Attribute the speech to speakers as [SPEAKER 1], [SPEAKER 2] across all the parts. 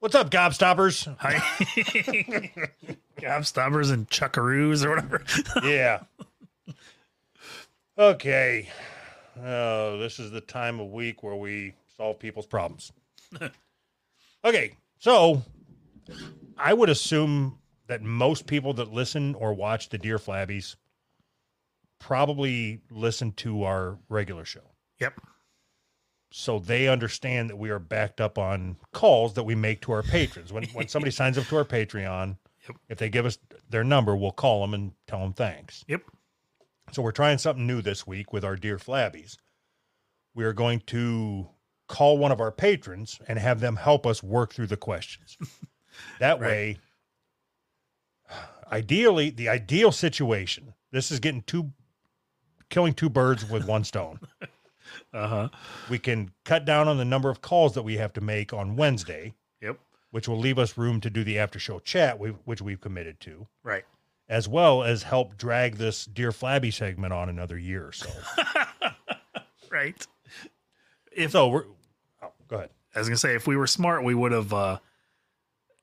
[SPEAKER 1] What's up, gobstoppers?
[SPEAKER 2] Hi. Gobstoppers and chuckaroos or whatever.
[SPEAKER 1] yeah. Okay. Oh, this is the time of week where we solve people's problems. okay. So I would assume that most people that listen or watch the Deer Flabbies probably listen to our regular show.
[SPEAKER 2] Yep.
[SPEAKER 1] So they understand that we are backed up on calls that we make to our patrons. When when somebody signs up to our Patreon,
[SPEAKER 2] Yep.
[SPEAKER 1] if they give us their number, we'll call them and tell them thanks.
[SPEAKER 2] Yep.
[SPEAKER 1] So we're trying something new this week with our dear flabbies. We are going to call one of our patrons and have them help us work through the questions. That
[SPEAKER 2] Right.
[SPEAKER 1] way, ideally, the ideal situation. This is getting two, killing two birds with one stone.
[SPEAKER 2] Uh
[SPEAKER 1] Uh-huh.
[SPEAKER 2] huh.
[SPEAKER 1] we can cut down on the number of calls that we have to make on Wednesday,
[SPEAKER 2] Yep.
[SPEAKER 1] which will leave us room to do the after show chat, we- which we've committed to,
[SPEAKER 2] Right.
[SPEAKER 1] as well as help drag this dear flabby segment on another year or so.
[SPEAKER 2] Right.
[SPEAKER 1] so we're oh, go ahead.
[SPEAKER 2] I was gonna say if we were smart, we would have uh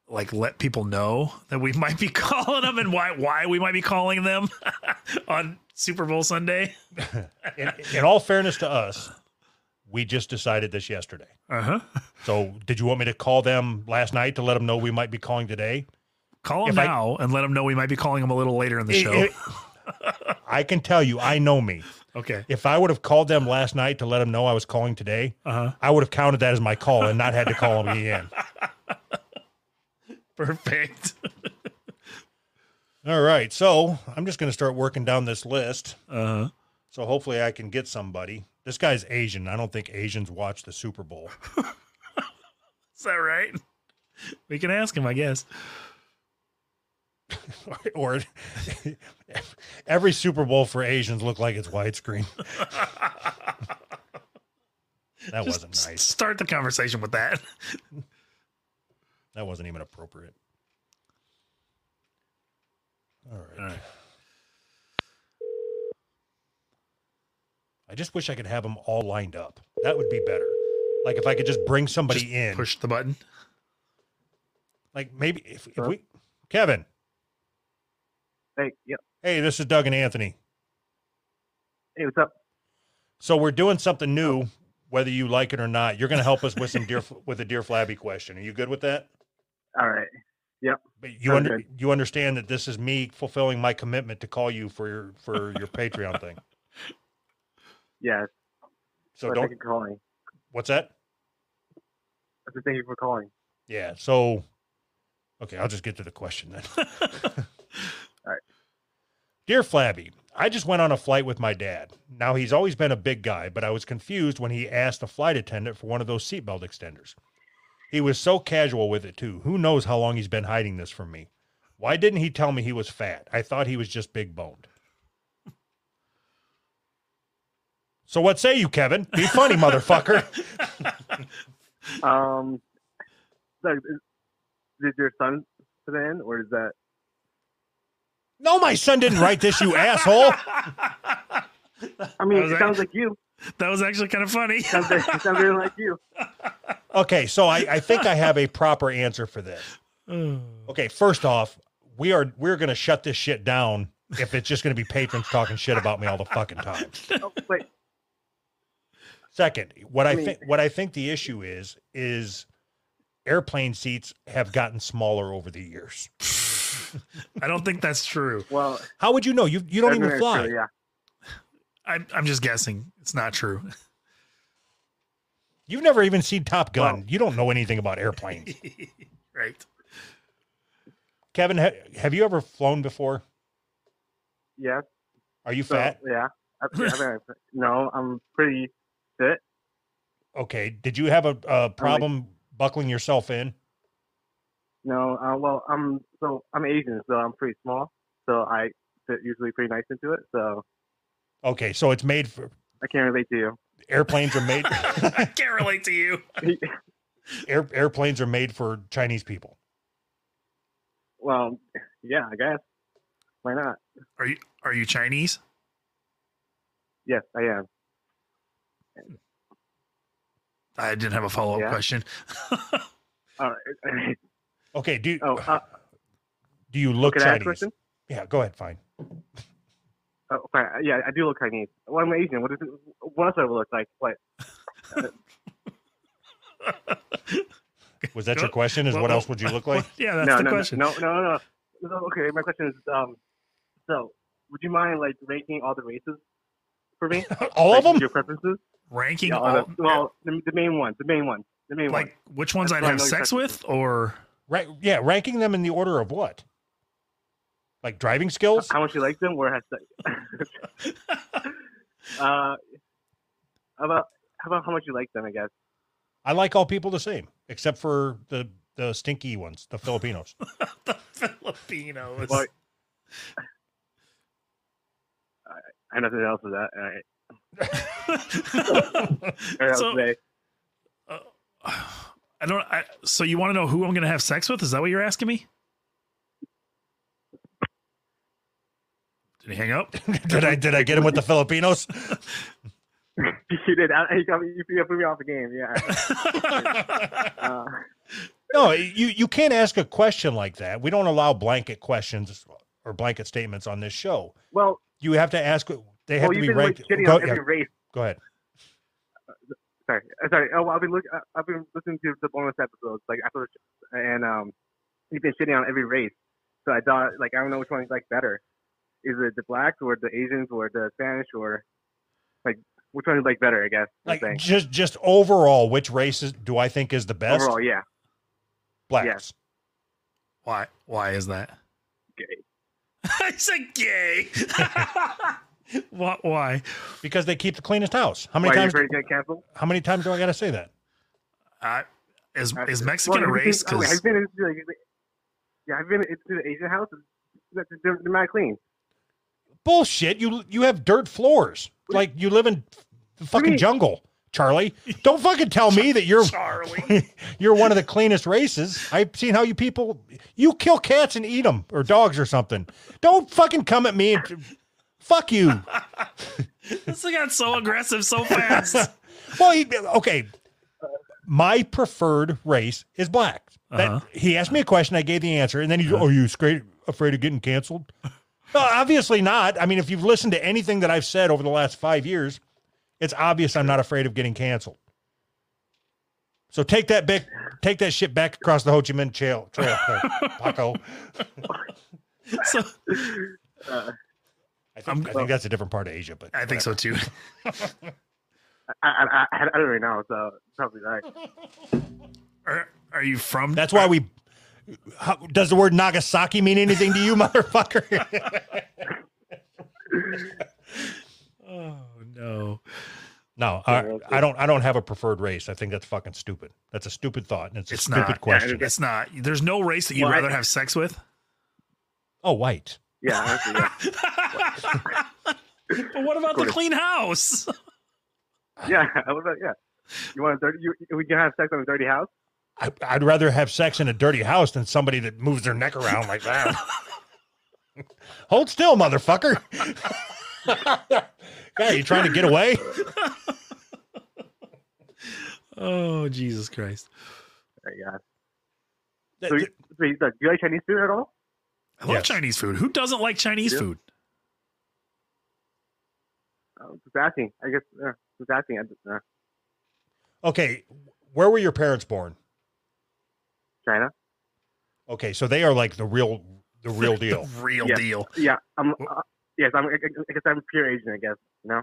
[SPEAKER 2] like let people know that we might be calling them and why why we might be calling them on Super Bowl Sunday.
[SPEAKER 1] in, in all fairness to us, we just decided this yesterday.
[SPEAKER 2] Uh huh.
[SPEAKER 1] So, did you want me to call them last night to let them know we might be calling today?
[SPEAKER 2] Call them
[SPEAKER 1] If I-
[SPEAKER 2] now and let them know we might be calling them a little later in the show.
[SPEAKER 1] It- it- I can tell you, I know me.
[SPEAKER 2] okay.
[SPEAKER 1] If I would have called them last night to let them know I was calling today,
[SPEAKER 2] Uh huh.
[SPEAKER 1] I would have counted that as my call and not had to call them again.
[SPEAKER 2] Perfect.
[SPEAKER 1] All right. So, I'm just going to start working down this list.
[SPEAKER 2] Uh huh.
[SPEAKER 1] So, hopefully, I can get somebody. This guy's Asian. I don't think Asians watch the Super Bowl.
[SPEAKER 2] Is that right? We can ask him, I guess.
[SPEAKER 1] or every Super Bowl for Asians look like it's widescreen. that
[SPEAKER 2] Just
[SPEAKER 1] wasn't
[SPEAKER 2] s-
[SPEAKER 1] nice.
[SPEAKER 2] Start the conversation with that.
[SPEAKER 1] That wasn't even appropriate. All right.
[SPEAKER 2] All right.
[SPEAKER 1] I just wish I could have them all lined up. That would be better. Like if I could just bring somebody
[SPEAKER 2] Just
[SPEAKER 1] in.
[SPEAKER 2] Push the button.
[SPEAKER 1] Like maybe if, if
[SPEAKER 3] Sure.
[SPEAKER 1] we, Kevin.
[SPEAKER 3] Hey, yeah.
[SPEAKER 1] Hey, this is Doug and Anthony.
[SPEAKER 3] Hey, what's up?
[SPEAKER 1] So we're doing something new, whether you like it or not. You're going to help us with some deer with a deer flabby question. Are you good with that?
[SPEAKER 3] All right.
[SPEAKER 1] But you
[SPEAKER 3] I'm
[SPEAKER 1] under, you understand that this is me fulfilling my commitment to call you for your for your Patreon thing.
[SPEAKER 3] Yeah.
[SPEAKER 1] So
[SPEAKER 3] well,
[SPEAKER 1] don't
[SPEAKER 3] Thank you for calling.
[SPEAKER 1] what's that?
[SPEAKER 3] I said, Thank you for calling.
[SPEAKER 1] Yeah. So okay, I'll just get to the question then.
[SPEAKER 3] All right.
[SPEAKER 1] Dear Flabby, I just went on a flight with my dad. Now he's always been a big guy, but I was confused when he asked the flight attendant for one of those seatbelt extenders. He was so casual with it too. Who knows how long he's been hiding this from me? Why didn't he tell me he was fat? I thought he was just big boned. So what say you, Kevin? Be funny, motherfucker.
[SPEAKER 3] Um, Doug, is- did your son put it in, or is that?
[SPEAKER 1] No, my son didn't write this, you asshole.
[SPEAKER 3] I mean,
[SPEAKER 2] was
[SPEAKER 3] it sounds like you.
[SPEAKER 2] That was actually kind of funny.
[SPEAKER 3] Sounds very, it sounds very like you.
[SPEAKER 1] Okay, so I, I think I have a proper answer for this. Okay, first off, we are we're gonna shut this shit down if it's just gonna be patrons talking shit about me all the fucking time.
[SPEAKER 3] Oh, wait.
[SPEAKER 1] Second, what I
[SPEAKER 3] I mean-
[SPEAKER 1] think what I think the issue is is airplane seats have gotten smaller over the years.
[SPEAKER 2] I don't think that's true.
[SPEAKER 3] Well,
[SPEAKER 1] How would you know? You you don't
[SPEAKER 3] that's
[SPEAKER 1] even
[SPEAKER 3] very
[SPEAKER 1] fly.
[SPEAKER 3] True, yeah.
[SPEAKER 2] I'm, I'm just guessing. It's not true.
[SPEAKER 1] You've never even seen Top Gun.
[SPEAKER 3] Well-
[SPEAKER 1] you don't know anything about airplanes.
[SPEAKER 2] right.
[SPEAKER 1] Kevin, ha- have you ever flown before?
[SPEAKER 3] Yeah.
[SPEAKER 1] Are you
[SPEAKER 3] So,
[SPEAKER 1] fat?
[SPEAKER 3] yeah. I, yeah, I think I- no, I'm pretty fit.
[SPEAKER 1] Okay. Did you have a, a problem buckling yourself in?
[SPEAKER 3] No, uh, well, I'm so I'm Asian, so I'm pretty small, so I fit usually pretty nice into it. So
[SPEAKER 1] Okay, so it's made for
[SPEAKER 3] I can't relate to you.
[SPEAKER 1] airplanes are made
[SPEAKER 2] I can't relate to you.
[SPEAKER 1] air, airplanes are made for Chinese people.
[SPEAKER 3] Well, yeah, I guess. Why not?
[SPEAKER 2] Are you are you Chinese?
[SPEAKER 3] Yes, I am.
[SPEAKER 2] I didn't have a follow up
[SPEAKER 3] Yeah.
[SPEAKER 2] question.
[SPEAKER 3] All right.
[SPEAKER 1] Okay, do
[SPEAKER 3] oh, uh,
[SPEAKER 1] do you look
[SPEAKER 3] can I ask a
[SPEAKER 1] Chinese?
[SPEAKER 3] question?
[SPEAKER 1] Yeah, go ahead. Fine.
[SPEAKER 3] Oh, okay. Yeah, I do look Chinese. Well, I'm Asian. What does it? What else do I look like? What?
[SPEAKER 1] Was that
[SPEAKER 2] Go-
[SPEAKER 1] your question? Is
[SPEAKER 2] Well,
[SPEAKER 1] what
[SPEAKER 2] well,
[SPEAKER 1] else would you look like?
[SPEAKER 2] yeah, that's
[SPEAKER 3] no,
[SPEAKER 2] the
[SPEAKER 3] no,
[SPEAKER 2] question.
[SPEAKER 3] no, no, no, no. So, Okay, my question is, um, so would you mind like ranking all the races for me?
[SPEAKER 1] All of
[SPEAKER 3] Like,
[SPEAKER 1] them?
[SPEAKER 3] Your preferences?
[SPEAKER 2] Ranking
[SPEAKER 3] Yeah, all
[SPEAKER 2] all,
[SPEAKER 1] um,
[SPEAKER 3] the, well, the, the main ones, the main ones, the main ones.
[SPEAKER 2] like which ones
[SPEAKER 3] That's
[SPEAKER 2] I'd
[SPEAKER 3] what I
[SPEAKER 2] have
[SPEAKER 3] know your
[SPEAKER 2] sex
[SPEAKER 3] preferences.
[SPEAKER 2] with, or
[SPEAKER 1] Right. Yeah, ranking them in the order of what? Like driving skills?
[SPEAKER 3] How much you like them? Where has sex? uh, how about how about how much you like them? I guess.
[SPEAKER 1] I like all people the same, except for the the stinky ones, the Filipinos.
[SPEAKER 2] the Filipinos.
[SPEAKER 3] Well, I have nothing else with that. uh, All right. All right,
[SPEAKER 2] so,
[SPEAKER 3] okay.
[SPEAKER 2] uh, I don't. I, so you want to know who I'm going to have sex with? Is that what you're asking me? Did he hang up?
[SPEAKER 1] did I did I get him with the Filipinos?
[SPEAKER 3] you did. I, you, got me- you, you put me off the game. Yeah. Uh,
[SPEAKER 1] No, you you can't ask a question like that. We don't allow blanket questions or blanket statements on this show.
[SPEAKER 3] well,
[SPEAKER 1] You have to ask. They have
[SPEAKER 3] well,
[SPEAKER 1] to
[SPEAKER 3] you've
[SPEAKER 1] be
[SPEAKER 3] been
[SPEAKER 1] ranked.
[SPEAKER 3] like shitting
[SPEAKER 1] Go,
[SPEAKER 3] on every
[SPEAKER 1] yeah,
[SPEAKER 3] race.
[SPEAKER 1] go ahead.
[SPEAKER 3] sorry, uh, sorry. Oh, well, I've been look, uh, I've been listening to the bonus episodes, like after, the sh- and um, he's been shitting on every race. So I thought, like, I don't know which one's like better. Is it the blacks or the Asians or the Spanish or, like, which one is like better? I guess. I'm
[SPEAKER 1] Like
[SPEAKER 3] saying.
[SPEAKER 1] just just overall, which races do I think is the best?
[SPEAKER 3] overall, yeah.
[SPEAKER 1] Blacks.
[SPEAKER 2] why? Why is that?
[SPEAKER 3] Okay.
[SPEAKER 2] I said gay. what? Why?
[SPEAKER 1] because they keep the cleanest house. How
[SPEAKER 3] Why
[SPEAKER 1] many
[SPEAKER 3] are you
[SPEAKER 1] times?
[SPEAKER 3] afraid to get canceled?
[SPEAKER 1] How many times do I got to say that?
[SPEAKER 2] I, Uh, is
[SPEAKER 3] That's
[SPEAKER 2] is
[SPEAKER 3] it.
[SPEAKER 2] Mexican
[SPEAKER 3] Well,
[SPEAKER 2] a
[SPEAKER 3] have you
[SPEAKER 2] race?
[SPEAKER 3] been- oh, wait,
[SPEAKER 2] Because
[SPEAKER 3] have you been into, like, yeah, I've been into the Asian houses. They're, they're they're not clean.
[SPEAKER 1] Bullshit! You you have dirt floors.
[SPEAKER 3] What do
[SPEAKER 1] Like you live in the
[SPEAKER 3] do you
[SPEAKER 1] fucking
[SPEAKER 3] mean?
[SPEAKER 1] jungle, Charlie. Don't fucking tell me that you're
[SPEAKER 2] Charlie.
[SPEAKER 1] you're one of the cleanest races. I've seen how you people you kill cats and eat them or dogs or something. Don't fucking come at me and fuck you.
[SPEAKER 2] this thing got so aggressive so fast.
[SPEAKER 1] well, he, okay. My preferred race is black. That,
[SPEAKER 2] Uh-huh.
[SPEAKER 1] He asked me a question, I gave the answer, and then he, "Are you scared, afraid of getting canceled?" No, obviously not. I mean, if you've listened to anything that I've said over the last five years, it's obvious I'm not afraid of getting canceled. So take that back, take that shit back across the Ho Chi Minh Trail, trail uh, there, Paco.
[SPEAKER 2] so
[SPEAKER 1] I think, I think that's a different part of Asia, but
[SPEAKER 2] I think so too.
[SPEAKER 3] I, I, I, I don't really know, so probably all right.
[SPEAKER 2] Are, are you from?
[SPEAKER 1] That's why we. How, does the word Nagasaki mean anything to you, motherfucker?
[SPEAKER 2] Oh no.
[SPEAKER 1] no,
[SPEAKER 3] Yeah,
[SPEAKER 1] I,
[SPEAKER 3] that's
[SPEAKER 1] I don't. I don't have a preferred race. I think that's fucking stupid. That's a stupid thought, and it's a
[SPEAKER 2] It's
[SPEAKER 1] stupid
[SPEAKER 2] not. Yeah,
[SPEAKER 1] question.
[SPEAKER 2] It's not. There's no race that you'd
[SPEAKER 3] Well, I-
[SPEAKER 2] rather have sex with.
[SPEAKER 1] oh, white.
[SPEAKER 3] Yeah, honestly, yeah.
[SPEAKER 2] but what about the
[SPEAKER 3] Correct.
[SPEAKER 2] clean house?
[SPEAKER 3] yeah. What about yeah? You want a dirty? You, we can have sex on a dirty house.
[SPEAKER 1] I, I'd rather have sex in a dirty house than somebody that moves their neck around like that. Hold still, motherfucker. God, are you trying to get away?
[SPEAKER 2] Oh Jesus Christ!
[SPEAKER 3] Oh, my God.
[SPEAKER 1] Th-
[SPEAKER 3] So, you,
[SPEAKER 1] th-
[SPEAKER 3] so you, do you like Chinese food at all?
[SPEAKER 2] I love
[SPEAKER 1] Yes.
[SPEAKER 2] Chinese food. Who doesn't like Chinese
[SPEAKER 3] Yeah.
[SPEAKER 2] food?
[SPEAKER 3] Um, just asking. I guess uh, just asking. I just, uh,
[SPEAKER 1] Okay, where were your parents born?
[SPEAKER 3] China.
[SPEAKER 1] Okay, so they are like the real, the real deal.
[SPEAKER 2] The real
[SPEAKER 3] Yeah.
[SPEAKER 2] deal.
[SPEAKER 3] Yeah. I'm.
[SPEAKER 2] Wh-
[SPEAKER 3] Uh, yes. I'm. I, I- I guess I'm pure Asian. I guess. No.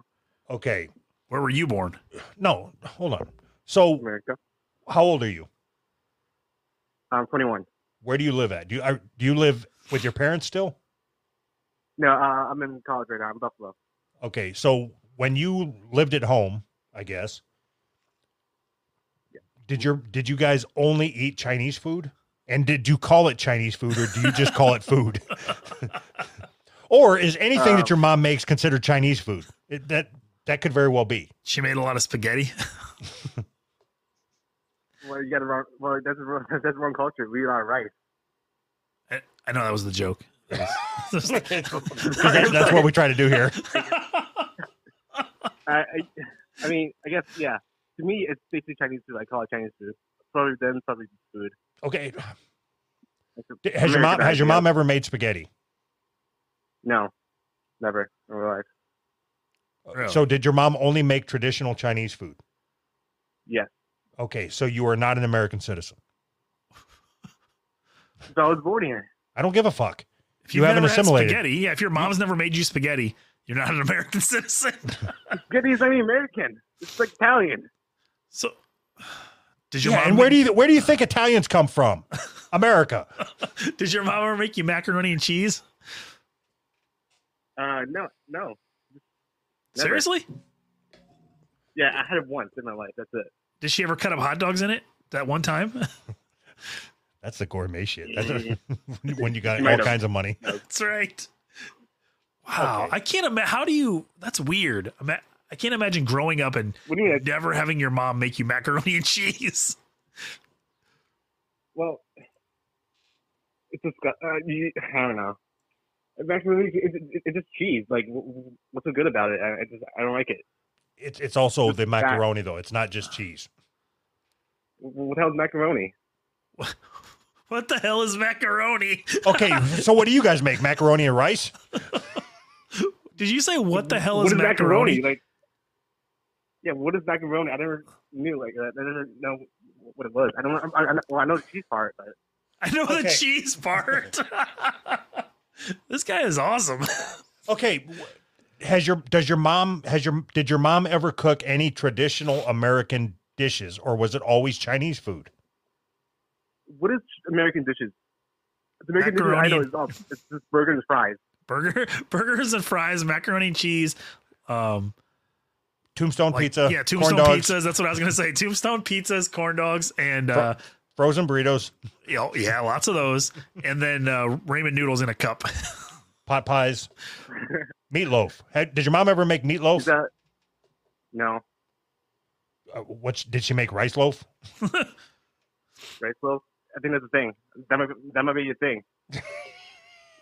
[SPEAKER 1] Okay,
[SPEAKER 2] Where were you born?
[SPEAKER 1] no, hold on. So,
[SPEAKER 3] America.
[SPEAKER 1] how old are you?
[SPEAKER 3] I'm 21.
[SPEAKER 1] Where do you live at? Do you are, do you live with your parents still?
[SPEAKER 3] No. Uh, I'm in college right now. I'm in Buffalo.
[SPEAKER 1] Okay, so when you lived at home, I guess. Did your did you guys only eat Chinese food? And did you call it Chinese food or do you just call it food? or is anything that your mom makes considered Chinese food? It, that that could very well be.
[SPEAKER 2] She made a lot of spaghetti.
[SPEAKER 3] Well, you got the wrong. Well, that's the wrong, that's the wrong culture. We eat our rice.
[SPEAKER 2] I, I know that was the joke.
[SPEAKER 1] Because that, that's what we try to do here.
[SPEAKER 3] I, I. I mean, I guess yeah. To me, it's basically Chinese food. I call it Chinese food. probably then probably just food.
[SPEAKER 1] Okay.
[SPEAKER 3] Like,
[SPEAKER 1] D- Has your
[SPEAKER 3] American
[SPEAKER 1] mom has your
[SPEAKER 3] ideal.
[SPEAKER 1] mom ever made spaghetti?
[SPEAKER 3] No, never in real life.
[SPEAKER 2] Yeah.
[SPEAKER 1] So did your mom only make traditional Chinese food?
[SPEAKER 3] Yes.
[SPEAKER 1] Okay, so you are not an American citizen.
[SPEAKER 3] So I was born here.
[SPEAKER 1] I don't give a fuck.
[SPEAKER 2] if
[SPEAKER 1] You
[SPEAKER 2] you've
[SPEAKER 1] haven't
[SPEAKER 2] never had
[SPEAKER 1] assimilated.
[SPEAKER 2] spaghetti, yeah, if your mom's never made you spaghetti, you're not an American citizen.
[SPEAKER 3] Spaghetti is not even American. It's like Italian.
[SPEAKER 2] So, did your
[SPEAKER 1] Yeah,
[SPEAKER 2] mom?
[SPEAKER 1] and where do
[SPEAKER 2] make-
[SPEAKER 1] you where do you think Italians come from? America.
[SPEAKER 2] did your mom ever make you macaroni and cheese?
[SPEAKER 3] Uh, no, no. Never.
[SPEAKER 2] Seriously?
[SPEAKER 3] Yeah, I had it once in my life. That's it.
[SPEAKER 2] Did she ever cut up hot dogs in it that one time?
[SPEAKER 1] That's the gourmet shit. That's when you got
[SPEAKER 3] Might
[SPEAKER 1] all
[SPEAKER 3] have.
[SPEAKER 1] kinds of money.
[SPEAKER 2] that's right. Wow,
[SPEAKER 1] Okay.
[SPEAKER 2] I can't imagine. How do you? That's weird. Ima- I can't imagine growing up and
[SPEAKER 3] What do you mean?
[SPEAKER 2] never having your mom make you macaroni and cheese.
[SPEAKER 3] Well, it's just got- uh, you, I don't know. Actually, it's, it's, it's just cheese. Like, w- w- what's so good about it? I, I just I don't like it.
[SPEAKER 1] It's it's also the
[SPEAKER 3] fact.
[SPEAKER 1] macaroni though. It's not just cheese.
[SPEAKER 3] W- What the hell's macaroni?
[SPEAKER 2] What the hell is macaroni?
[SPEAKER 1] Okay, so what do you guys make? Macaroni and rice?
[SPEAKER 2] Did you say what the hell
[SPEAKER 3] What
[SPEAKER 2] is macaroni?
[SPEAKER 3] Like, yeah, what is macaroni? I never knew. Like, that. I didn't know what it was. I don't. know- I, I, well, I know the cheese part, but
[SPEAKER 2] I know the
[SPEAKER 1] Okay.
[SPEAKER 2] cheese part. this guy is awesome.
[SPEAKER 1] Okay, wh- has your does your mom has your did your mom ever cook any traditional American dishes or was it always Chinese food?
[SPEAKER 3] what is American dishes? The American dishes I
[SPEAKER 2] Macaroni
[SPEAKER 3] know
[SPEAKER 2] and-
[SPEAKER 3] is all it's just burgers and fries.
[SPEAKER 2] Burger, burgers and fries, macaroni and cheese. Um,
[SPEAKER 1] Tombstone
[SPEAKER 2] like-
[SPEAKER 1] pizza,
[SPEAKER 2] Yeah, tombstone
[SPEAKER 1] corn dogs,
[SPEAKER 2] pizzas. That's what I was gonna say. Tombstone pizzas, corn dogs, and
[SPEAKER 1] Fro-
[SPEAKER 2] uh,
[SPEAKER 1] frozen burritos,
[SPEAKER 2] you know, yeah, lots of those. And then uh, ramen noodles in a cup.
[SPEAKER 1] pot pies, meatloaf. Had, did your mom ever make
[SPEAKER 3] Is
[SPEAKER 2] Oh.
[SPEAKER 1] meatloaf?
[SPEAKER 3] that no
[SPEAKER 1] Uh, what's did she make rice loaf?
[SPEAKER 3] rice loaf? I think that's the thing. That might be- that might be your thing.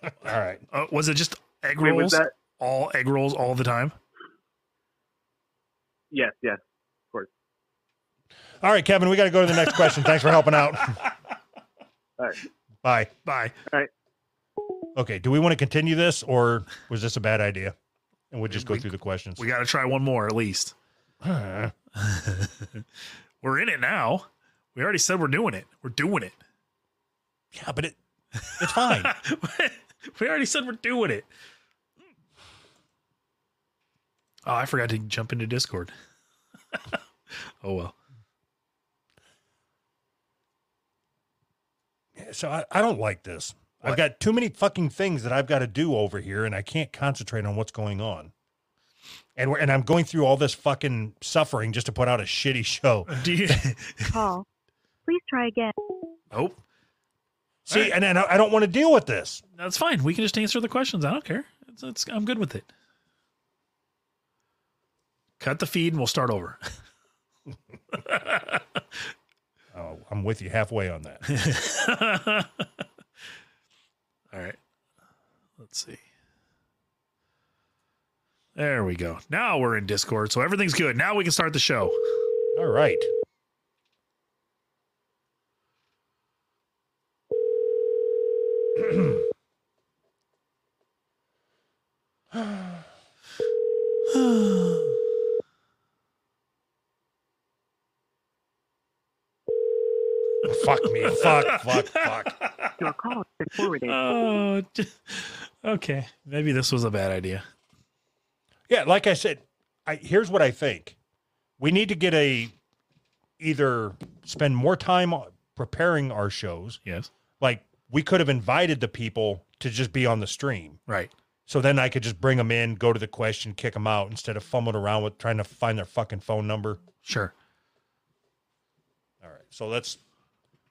[SPEAKER 1] All right.
[SPEAKER 2] Uh, was it just egg
[SPEAKER 3] Wait, was
[SPEAKER 2] rolls?
[SPEAKER 3] that?
[SPEAKER 2] All egg rolls all the time.
[SPEAKER 3] Yes, yes.
[SPEAKER 1] All right, Kevin, we got to go to the next question. Thanks for helping out.
[SPEAKER 3] All right.
[SPEAKER 1] Bye.
[SPEAKER 2] Bye.
[SPEAKER 1] Okay, do we want to continue this or was this a bad idea? And we'll just go
[SPEAKER 2] We-
[SPEAKER 1] through the questions.
[SPEAKER 2] We got to try one more at least.
[SPEAKER 1] Uh,
[SPEAKER 2] we're in it now. We already said we're doing it. We're doing it.
[SPEAKER 1] yeah, but it it's fine.
[SPEAKER 2] we already said we're doing it. Oh, I forgot to jump into Discord. oh well.
[SPEAKER 1] so I, I don't like this. I've got too many fucking things that I've got to do over here, and I can't concentrate on what's going on. And we're and I'm going through all this fucking suffering just to put out a shitty show.
[SPEAKER 2] Do you?
[SPEAKER 4] call. Please try again.
[SPEAKER 2] nope.
[SPEAKER 1] See,
[SPEAKER 2] right.
[SPEAKER 1] and, and I I don't want to deal with this.
[SPEAKER 2] That's fine. We can just answer the questions. I don't care. It's, it's, I'm good with it. Cut the feed and we'll start over.
[SPEAKER 1] Oh, I'm with you halfway on that.
[SPEAKER 2] All right. Let's see. There we go. Now we're in Discord, so everything's good. Now we can start the show.
[SPEAKER 1] All right. fuck me. Fuck, fuck, fuck.
[SPEAKER 4] Your call has been forwarded.
[SPEAKER 2] oh, j- okay. Maybe this was a bad idea.
[SPEAKER 1] Yeah, like I said, I here's what I think. We need to get a either spend more time preparing our shows.
[SPEAKER 2] Yes.
[SPEAKER 1] Like we could have invited the people to just be on the stream.
[SPEAKER 2] Right.
[SPEAKER 1] So then I could just bring them in, go to the question, kick them out instead of fumbling around with trying to find their fucking phone number.
[SPEAKER 2] Sure.
[SPEAKER 1] All right. So let's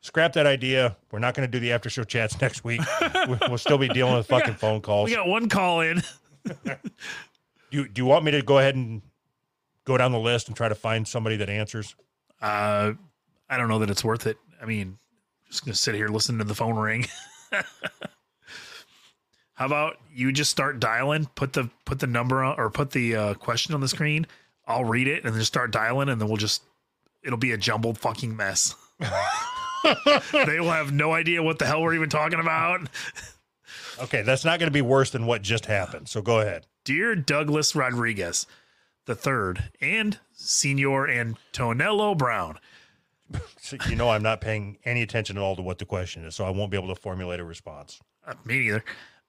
[SPEAKER 1] scrap that idea. We're not going to do the after show chats next week. We- we'll still be dealing with
[SPEAKER 2] We got-
[SPEAKER 1] fucking phone calls.
[SPEAKER 2] We got one call in.
[SPEAKER 1] do, you, do you want me to go ahead and go down the list and try to find somebody that answers?
[SPEAKER 2] Uh, I don't know that it's worth it. I mean, just gonna sit here listening to the phone ring. How about you just start dialing? Put the put the number on, or put the uh, question on the screen. I'll read it and then just start dialing, and then we'll just it'll be a jumbled fucking mess. they will have no idea what the hell we're even talking about.
[SPEAKER 1] Okay, that's not going to be worse than what just happened. So go ahead.
[SPEAKER 2] Dear Douglas Rodriguez the third and Senor Antonello Brown.
[SPEAKER 1] So you know I'm not paying any attention at all to what the question is, so I won't be able to formulate a response.
[SPEAKER 2] Uh, Me neither.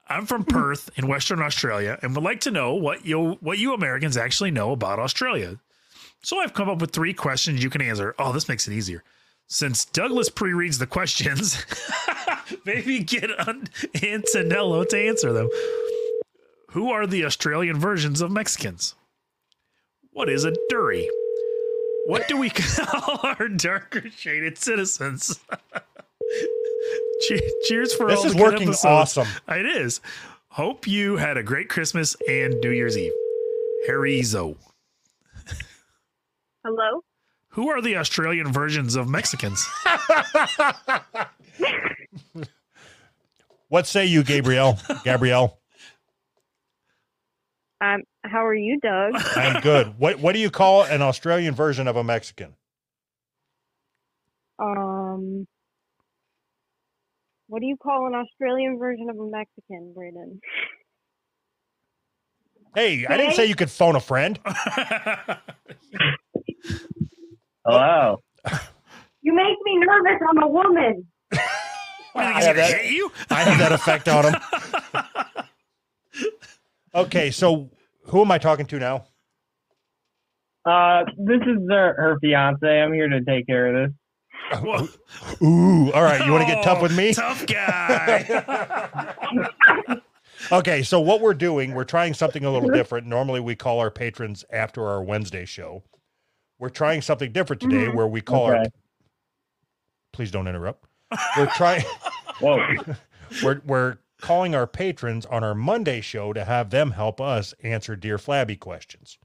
[SPEAKER 2] I'm from Perth in Western Australia and would like to know what you what you Americans actually know about Australia. So I've come up with three questions you can answer. Oh, this makes it easier. Since Douglas pre-reads the questions, maybe get un- Antonello to answer them. Who are the Australian versions of Mexicans? What is a durry? What do we call our darker shaded citizens? Che- Cheers for all
[SPEAKER 1] This is
[SPEAKER 2] the good
[SPEAKER 1] working
[SPEAKER 2] episodes.
[SPEAKER 1] awesome.
[SPEAKER 2] It is. Hope you had a great Christmas and New Year's Eve. Harryzo.
[SPEAKER 4] Hello?
[SPEAKER 2] Who are the Australian versions of Mexicans?
[SPEAKER 1] What say you, Gabrielle? Gabrielle,
[SPEAKER 4] Um, how are you, Doug?
[SPEAKER 1] I'm good. What What do you call an Australian version of a Mexican?
[SPEAKER 4] Um, what do you call an Australian version of a Mexican, Brandon?
[SPEAKER 1] Hey, I didn't say you could phone a friend.
[SPEAKER 5] Hello.
[SPEAKER 4] You make me nervous. I'm a woman.
[SPEAKER 1] I
[SPEAKER 2] Is he
[SPEAKER 1] have
[SPEAKER 2] gonna
[SPEAKER 1] that,
[SPEAKER 2] hit you?
[SPEAKER 1] I have that effect on him. Okay, so who am I talking to now?
[SPEAKER 5] Uh, this is her, her fiance. I'm here to take care of this.
[SPEAKER 2] Whoa. Oh,
[SPEAKER 1] Ooh, all right. You want to get tough with me?
[SPEAKER 2] Tough guy.
[SPEAKER 1] Okay, so what we're doing, we're trying something a little different. Normally, we call our patrons after our Wednesday show. We're trying something different today, where we call our.
[SPEAKER 5] Mm-hmm. Okay.
[SPEAKER 1] Please don't interrupt. We're trying.
[SPEAKER 5] Whoa.
[SPEAKER 1] we're we're calling our patrons on our Monday show to have them help us answer Dear Flabby questions.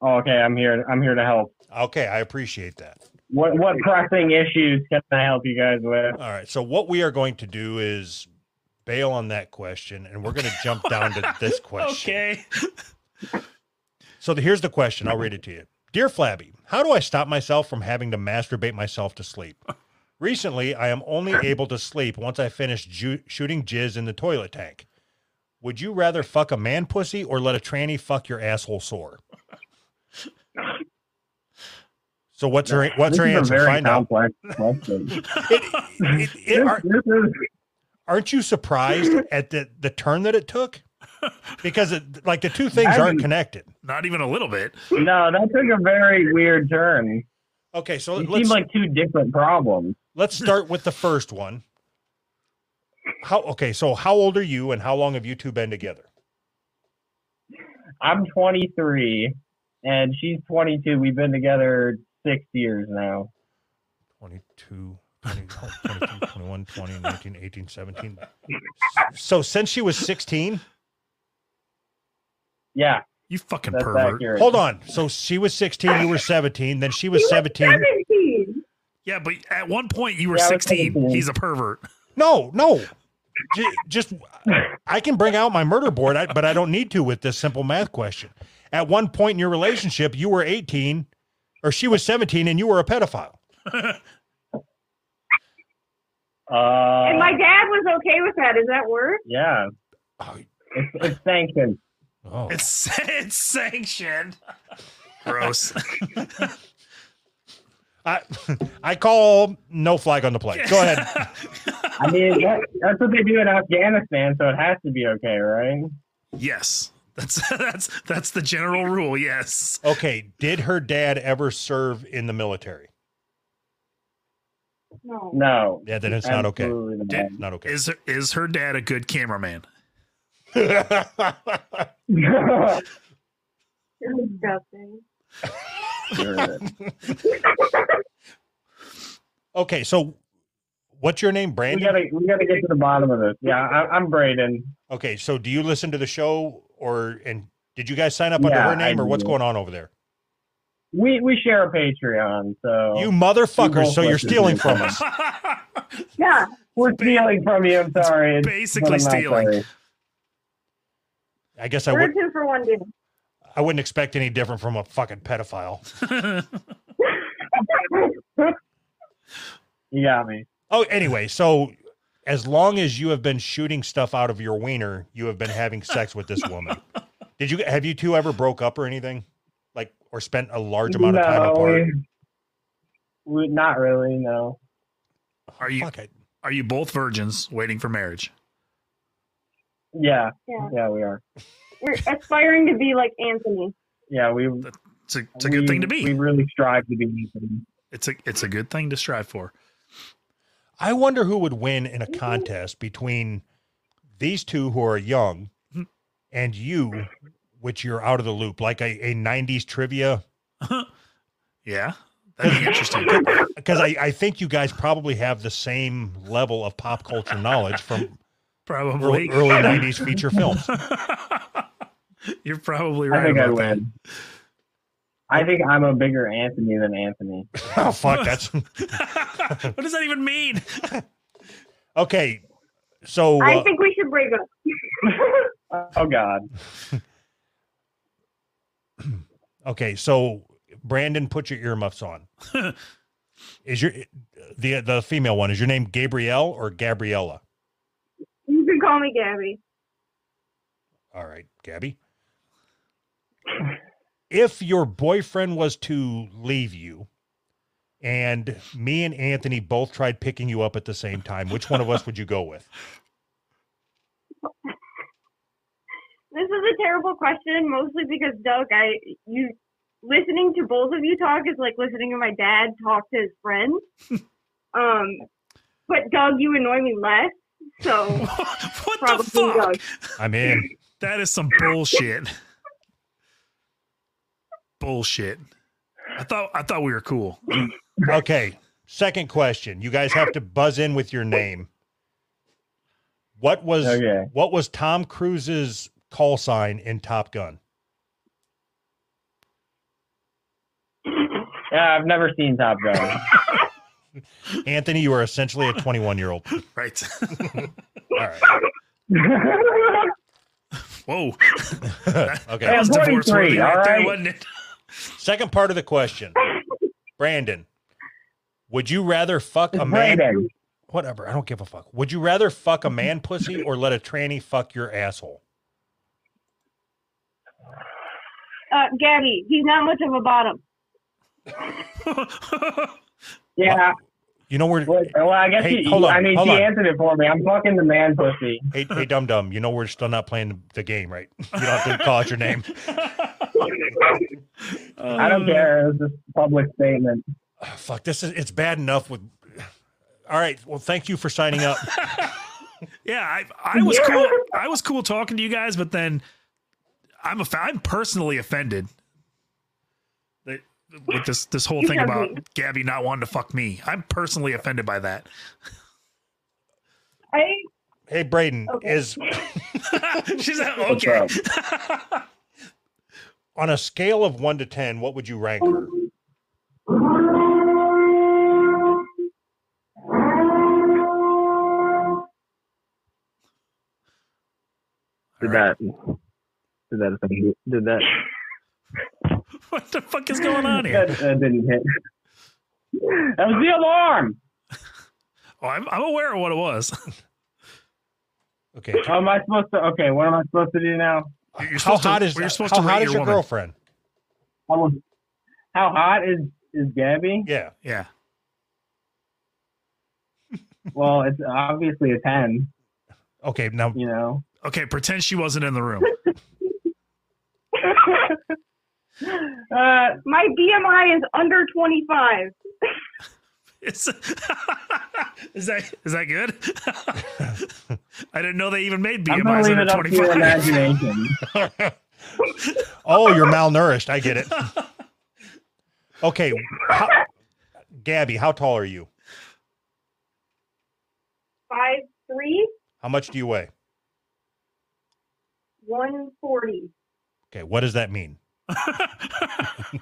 [SPEAKER 5] Oh, okay, I'm here. I'm here to help.
[SPEAKER 1] Okay, I appreciate that.
[SPEAKER 5] What what pressing issues can I help you guys with?
[SPEAKER 1] All right, so what we are going to do is bail on that question, and we're going to jump down to this question.
[SPEAKER 2] okay.
[SPEAKER 1] So the, here's the question. I'll read it to you. Dear Flabby, how do I stop myself from having to masturbate myself to sleep? Recently, I am only able to sleep once I finish ju- shooting jizz in the toilet tank. Would you rather fuck a man pussy or let a tranny fuck your asshole sore? So what's her what's
[SPEAKER 5] this
[SPEAKER 1] her
[SPEAKER 5] is a
[SPEAKER 1] answer?
[SPEAKER 5] very
[SPEAKER 1] Find out.
[SPEAKER 5] complex question.
[SPEAKER 1] It- it-
[SPEAKER 5] this,
[SPEAKER 1] are-
[SPEAKER 5] this is
[SPEAKER 1] aren't you surprised at the the turn that it took? Because it, like the two things
[SPEAKER 5] That'd
[SPEAKER 1] aren't
[SPEAKER 5] be-
[SPEAKER 1] connected.
[SPEAKER 2] Not even a little bit.
[SPEAKER 5] no. That took a very weird turn.
[SPEAKER 1] Okay, so
[SPEAKER 5] You
[SPEAKER 1] let's
[SPEAKER 5] seem like two different problems.
[SPEAKER 1] Let's start with the first one. How okay, so how old are you and how long have you two been together?
[SPEAKER 5] I'm 23, and she's 22. We've been together six years now.
[SPEAKER 1] 22, 20, 22, 21, 20, 19, 18, 17. So since she was 16,
[SPEAKER 5] Yeah,
[SPEAKER 2] You fucking
[SPEAKER 5] that's
[SPEAKER 2] pervert.
[SPEAKER 5] accurate.
[SPEAKER 1] hold on. So she was 16, you were 17, then she was 17.
[SPEAKER 2] Yeah, but at one point you were
[SPEAKER 5] Yeah, I was
[SPEAKER 2] 16.
[SPEAKER 5] 17.
[SPEAKER 2] He's a pervert.
[SPEAKER 1] No, no. J- Just I can bring out my murder board, I- but I don't need to with this simple math question. At one point in your relationship, you were 18 or she was 17 and you were a pedophile.
[SPEAKER 6] And
[SPEAKER 5] Uh,
[SPEAKER 6] my dad was okay with that. Is that worse?
[SPEAKER 5] yeah,
[SPEAKER 1] Oh,
[SPEAKER 5] it's, it's sanctioned.
[SPEAKER 1] oh.
[SPEAKER 2] It's it's sanctioned. Gross.
[SPEAKER 1] I I call no flag on the play. Go ahead.
[SPEAKER 5] I mean, that, that's what they do in Afghanistan, so it has to be okay, right?
[SPEAKER 2] yes. That's that's that's the general rule. Yes.
[SPEAKER 1] Okay, did her dad ever serve in the military?
[SPEAKER 6] No.
[SPEAKER 5] No.
[SPEAKER 1] Yeah, then it's not okay.
[SPEAKER 5] Absolutely not.
[SPEAKER 2] Did-
[SPEAKER 1] Not okay.
[SPEAKER 2] Is is her dad a good cameraman?
[SPEAKER 6] It was disgusting.
[SPEAKER 5] Sure.
[SPEAKER 1] okay, so what's your name,
[SPEAKER 5] we
[SPEAKER 1] Brandon?
[SPEAKER 5] gotta we gotta get to the bottom of this. Yeah, I, I'm Braden.
[SPEAKER 1] okay, so do you listen to the show or and did you guys sign up under
[SPEAKER 5] Yeah,
[SPEAKER 1] her name
[SPEAKER 5] I
[SPEAKER 1] or what's
[SPEAKER 5] do.
[SPEAKER 1] going on over there?
[SPEAKER 5] We we share a Patreon, so
[SPEAKER 1] You motherfuckers,
[SPEAKER 5] both
[SPEAKER 1] so you're
[SPEAKER 5] listen to
[SPEAKER 1] stealing
[SPEAKER 5] the
[SPEAKER 1] from us.
[SPEAKER 6] Yeah.
[SPEAKER 5] we're stealing from you. I'm sorry. It's-
[SPEAKER 2] Basically
[SPEAKER 5] I'm not
[SPEAKER 2] stealing.
[SPEAKER 5] sorry.
[SPEAKER 1] I guess I
[SPEAKER 6] We're
[SPEAKER 1] would
[SPEAKER 6] two for one deal.
[SPEAKER 1] I wouldn't expect any different from a fucking pedophile.
[SPEAKER 2] That's
[SPEAKER 5] You got me.
[SPEAKER 1] Oh, anyway, so as long as you have been shooting stuff out of your wiener, you have been having sex with this woman. Did you have you two ever broke up or anything? Like or spent a large amount of time
[SPEAKER 5] No,
[SPEAKER 1] apart?
[SPEAKER 5] we- we- not really. No.
[SPEAKER 2] Are you
[SPEAKER 1] Fuck it.
[SPEAKER 2] are you both virgins waiting for marriage?
[SPEAKER 5] Yeah.
[SPEAKER 4] Yeah.
[SPEAKER 5] Yeah, we are.
[SPEAKER 4] We're aspiring to be like Anthony.
[SPEAKER 5] Yeah, we.
[SPEAKER 2] It's a, it's a good
[SPEAKER 5] we-
[SPEAKER 2] thing to be.
[SPEAKER 5] We really strive to be. anything.
[SPEAKER 2] It's a it's a good thing to strive for.
[SPEAKER 1] I wonder who would win in a contest between these two who are young and you, which you're out of the loop, like a, a 90s trivia.
[SPEAKER 2] Yeah, that'd be interesting.
[SPEAKER 1] Because I, I think you guys probably have the same level of pop culture knowledge from early,
[SPEAKER 2] Probably.
[SPEAKER 1] early 90s feature films.
[SPEAKER 2] You're probably
[SPEAKER 5] I
[SPEAKER 2] right.
[SPEAKER 5] think I
[SPEAKER 2] about that.
[SPEAKER 5] win. I think I'm a bigger Anthony than Anthony.
[SPEAKER 1] Oh, fuck. That's
[SPEAKER 2] what does that even mean?
[SPEAKER 1] okay. So,
[SPEAKER 6] I
[SPEAKER 1] uh,
[SPEAKER 6] think we should break up.
[SPEAKER 5] Oh God.
[SPEAKER 1] okay. So, Brandon, put your earmuffs on. Is your the the female one is your name Gabrielle or Gabriella?
[SPEAKER 6] you can call me Gabby.
[SPEAKER 1] All right, Gabby. If your boyfriend was to leave you and me and Anthony both tried picking you up at the same time, which one of us would you go with?
[SPEAKER 4] This is a terrible question, mostly because Doug, I you listening to both of you talk is like listening to my dad talk to his friends. um,
[SPEAKER 6] But Doug, you annoy me less. So
[SPEAKER 2] what the
[SPEAKER 6] probably
[SPEAKER 2] fuck?
[SPEAKER 6] Doug.
[SPEAKER 1] I'm in.
[SPEAKER 2] That is some bullshit. bullshit. I thought I thought we were cool.
[SPEAKER 1] Okay. Second question. You guys have to buzz in with your name. What was
[SPEAKER 5] Okay.
[SPEAKER 1] what was Tom Cruise's call sign in Top Gun?
[SPEAKER 5] Yeah, I've never seen Top Gun.
[SPEAKER 1] Anthony, you are essentially a 21 year old. All
[SPEAKER 2] Right.
[SPEAKER 1] right.
[SPEAKER 2] Whoa.
[SPEAKER 1] okay.
[SPEAKER 2] That was
[SPEAKER 5] Yeah, 43,
[SPEAKER 2] divorce worthy
[SPEAKER 5] all
[SPEAKER 2] right there,
[SPEAKER 5] right.
[SPEAKER 2] wasn't it?
[SPEAKER 1] Second part of the question, Brandon. Would you rather fuck a man?
[SPEAKER 5] Brandon.
[SPEAKER 1] Whatever. I don't give a fuck. Would you rather fuck a man pussy or let a tranny fuck your asshole?
[SPEAKER 4] uh, Gabby, he's not much of a bottom.
[SPEAKER 5] Yeah.
[SPEAKER 1] You know where?
[SPEAKER 5] Wait, Well, I guess
[SPEAKER 1] Hey,
[SPEAKER 5] you,
[SPEAKER 1] hold on,
[SPEAKER 5] I mean,
[SPEAKER 1] hold
[SPEAKER 5] she
[SPEAKER 1] on.
[SPEAKER 5] answered it for me. I'm fucking the man pussy.
[SPEAKER 1] Hey, hey, dum dum. You know we're still not playing the game, right? You don't have to call out your name.
[SPEAKER 5] I
[SPEAKER 1] Um,
[SPEAKER 5] don't
[SPEAKER 2] Um,
[SPEAKER 5] care. It's just a public statement.
[SPEAKER 1] Ah, fuck. This is. It's bad enough with. All right. Well, thank you for signing up.
[SPEAKER 2] Yeah, I, I was cool. I was cool talking to you guys, but then I'm offe- I'm personally offended that, with this this whole
[SPEAKER 4] You
[SPEAKER 2] thing
[SPEAKER 4] got
[SPEAKER 2] about
[SPEAKER 4] me.
[SPEAKER 2] Gabby not wanting to fuck me. I'm personally offended by that.
[SPEAKER 4] I
[SPEAKER 1] Hey, Braden,
[SPEAKER 4] Okay.
[SPEAKER 1] is
[SPEAKER 2] She's like,
[SPEAKER 5] What's
[SPEAKER 2] okay.
[SPEAKER 1] on a scale of one to ten, what would you rank her?
[SPEAKER 5] Did that? Did that? Did that?
[SPEAKER 2] what the fuck is going on here?
[SPEAKER 5] That, that didn't hit. That was the alarm.
[SPEAKER 2] Oh, I'm, I'm aware of what it was.
[SPEAKER 1] Okay.
[SPEAKER 5] Oh, am I supposed to? Okay, what am I supposed to do now?
[SPEAKER 2] You're
[SPEAKER 1] How
[SPEAKER 2] supposed to-
[SPEAKER 1] hot is
[SPEAKER 2] you're
[SPEAKER 1] that-
[SPEAKER 2] supposed
[SPEAKER 1] how
[SPEAKER 2] to
[SPEAKER 1] hot
[SPEAKER 2] rate
[SPEAKER 1] is your
[SPEAKER 2] woman.
[SPEAKER 1] girlfriend?
[SPEAKER 5] I was, how hot is is Gabby?
[SPEAKER 1] Yeah.
[SPEAKER 2] Yeah.
[SPEAKER 5] Well, it's obviously a ten.
[SPEAKER 1] Okay. Now
[SPEAKER 5] You know.
[SPEAKER 2] Okay. Pretend she wasn't in the room.
[SPEAKER 5] Uh,
[SPEAKER 4] my BMI is under twenty five.
[SPEAKER 2] It's, is that is that good? I didn't know they even made
[SPEAKER 5] I'm gonna
[SPEAKER 2] BMIs
[SPEAKER 5] leave
[SPEAKER 2] under
[SPEAKER 5] it up to your
[SPEAKER 2] 25.
[SPEAKER 5] imagination.
[SPEAKER 1] oh, you're malnourished. I get it. Okay. How, Gabby, how tall are you?
[SPEAKER 4] Five three
[SPEAKER 1] How much do you weigh?
[SPEAKER 4] one forty.
[SPEAKER 1] Okay. What does that mean?
[SPEAKER 4] I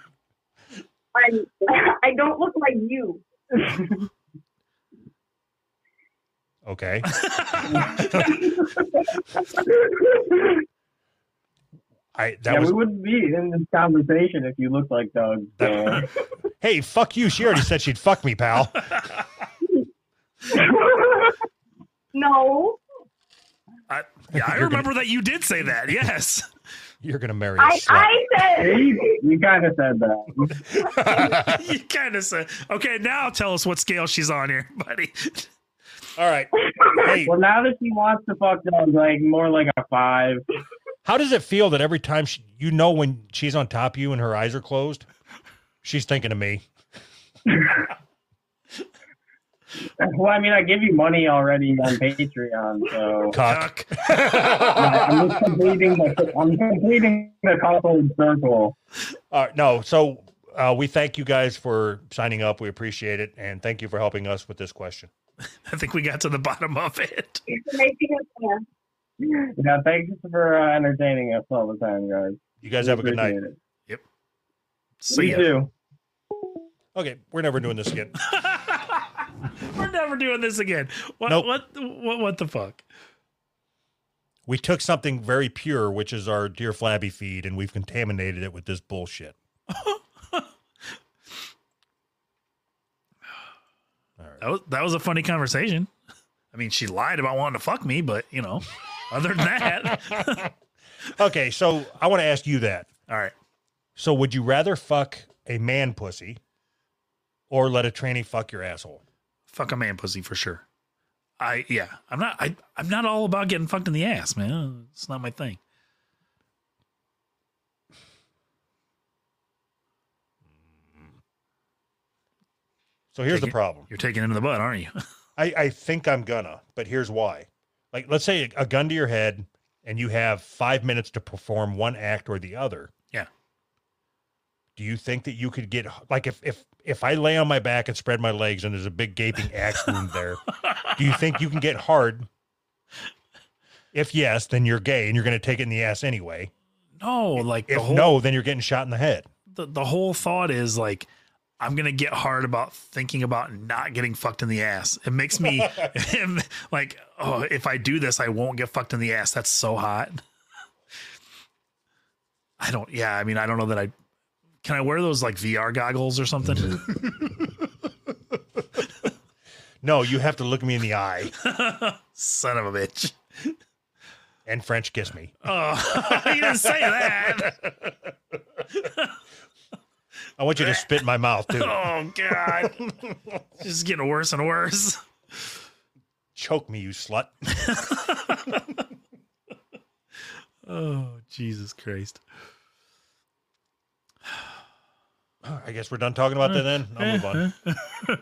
[SPEAKER 4] I don't look like you.
[SPEAKER 1] Okay. I, that
[SPEAKER 5] yeah,
[SPEAKER 1] was,
[SPEAKER 5] we wouldn't be in this conversation if you looked like Doug. So.
[SPEAKER 1] hey, fuck you. She already said she'd fuck me, pal.
[SPEAKER 4] No,
[SPEAKER 2] Yeah, I
[SPEAKER 1] You're gonna-
[SPEAKER 2] remember that you did say that. Yes.
[SPEAKER 1] You're gonna marry a
[SPEAKER 4] I,
[SPEAKER 1] slut.
[SPEAKER 4] I said
[SPEAKER 5] You, you kind of said that.
[SPEAKER 2] you kind of said, okay, now tell us what scale she's on here, buddy.
[SPEAKER 1] All right. Hey,
[SPEAKER 5] Well, now that she wants to fuck dogs, like more like a five.
[SPEAKER 1] how does it feel that every time she, you know when she's on top of you and her eyes are closed, she's thinking of me?
[SPEAKER 5] Well, I mean, I give you money already on Patreon, so
[SPEAKER 1] Cock.
[SPEAKER 2] Duck.
[SPEAKER 5] I'm just completing the I'm completing the couple circle.
[SPEAKER 1] All right, no. So uh, we thank you guys for signing up. We appreciate it, and thank you for helping us with this question.
[SPEAKER 2] I think we got to the bottom of it.
[SPEAKER 4] it's making us laugh.
[SPEAKER 5] Yeah, thanks for uh, entertaining us all the time, guys.
[SPEAKER 1] You guys have a good night.
[SPEAKER 5] Appreciate it.
[SPEAKER 2] See ya.
[SPEAKER 5] You too.
[SPEAKER 1] Okay, we're never doing this again.
[SPEAKER 2] We're never doing this again. What,
[SPEAKER 1] Nope.
[SPEAKER 2] what, what, what the fuck?
[SPEAKER 1] We took something very pure, which is our dear Flabby feed, and we've contaminated it with this bullshit. All right.
[SPEAKER 2] That was, that was a funny conversation. I mean, she lied about wanting to fuck me, but you know, other than that,
[SPEAKER 1] Okay, so I want to ask you that.
[SPEAKER 2] all right.
[SPEAKER 1] So, would you rather fuck a man pussy or let a tranny fuck your asshole?
[SPEAKER 2] fuck a man pussy for sure. I yeah, I'm not I I'm not all about getting fucked in the ass, man. It's not my thing.
[SPEAKER 1] So here's the
[SPEAKER 2] Take it.
[SPEAKER 1] problem.
[SPEAKER 2] You're taking it in the butt, aren't you?
[SPEAKER 1] I, I think I'm gonna, but here's why. Like, let's say a gun to your head, and you have five minutes to perform one act or the other.
[SPEAKER 2] Yeah.
[SPEAKER 1] Do you think that you could get like if if if I lay on my back and spread my legs and there's a big gaping axe wound there? Do you think you can get hard? If yes, then you're gay and you're gonna take it in the ass anyway.
[SPEAKER 2] no, like the
[SPEAKER 1] If
[SPEAKER 2] whole
[SPEAKER 1] no, then you're getting shot in the head.
[SPEAKER 2] the, the whole thought is like I'm gonna get hard about thinking about not getting fucked in the ass. It makes me like, oh, if I do this, I won't get fucked in the ass. That's so hot. I don't. Yeah, I mean, I don't know that I can. I wear those like VR goggles or something.
[SPEAKER 1] No, you have to look me in the eye Mm-hmm.
[SPEAKER 2] Son of a bitch.
[SPEAKER 1] and French kiss me.
[SPEAKER 2] Oh, you didn't say that.
[SPEAKER 1] I want you to spit in my mouth too.
[SPEAKER 2] Oh God, it's just getting worse and worse.
[SPEAKER 1] Choke me, you slut.
[SPEAKER 2] Oh Jesus Christ!
[SPEAKER 1] I guess we're done talking about that then. I'll move on.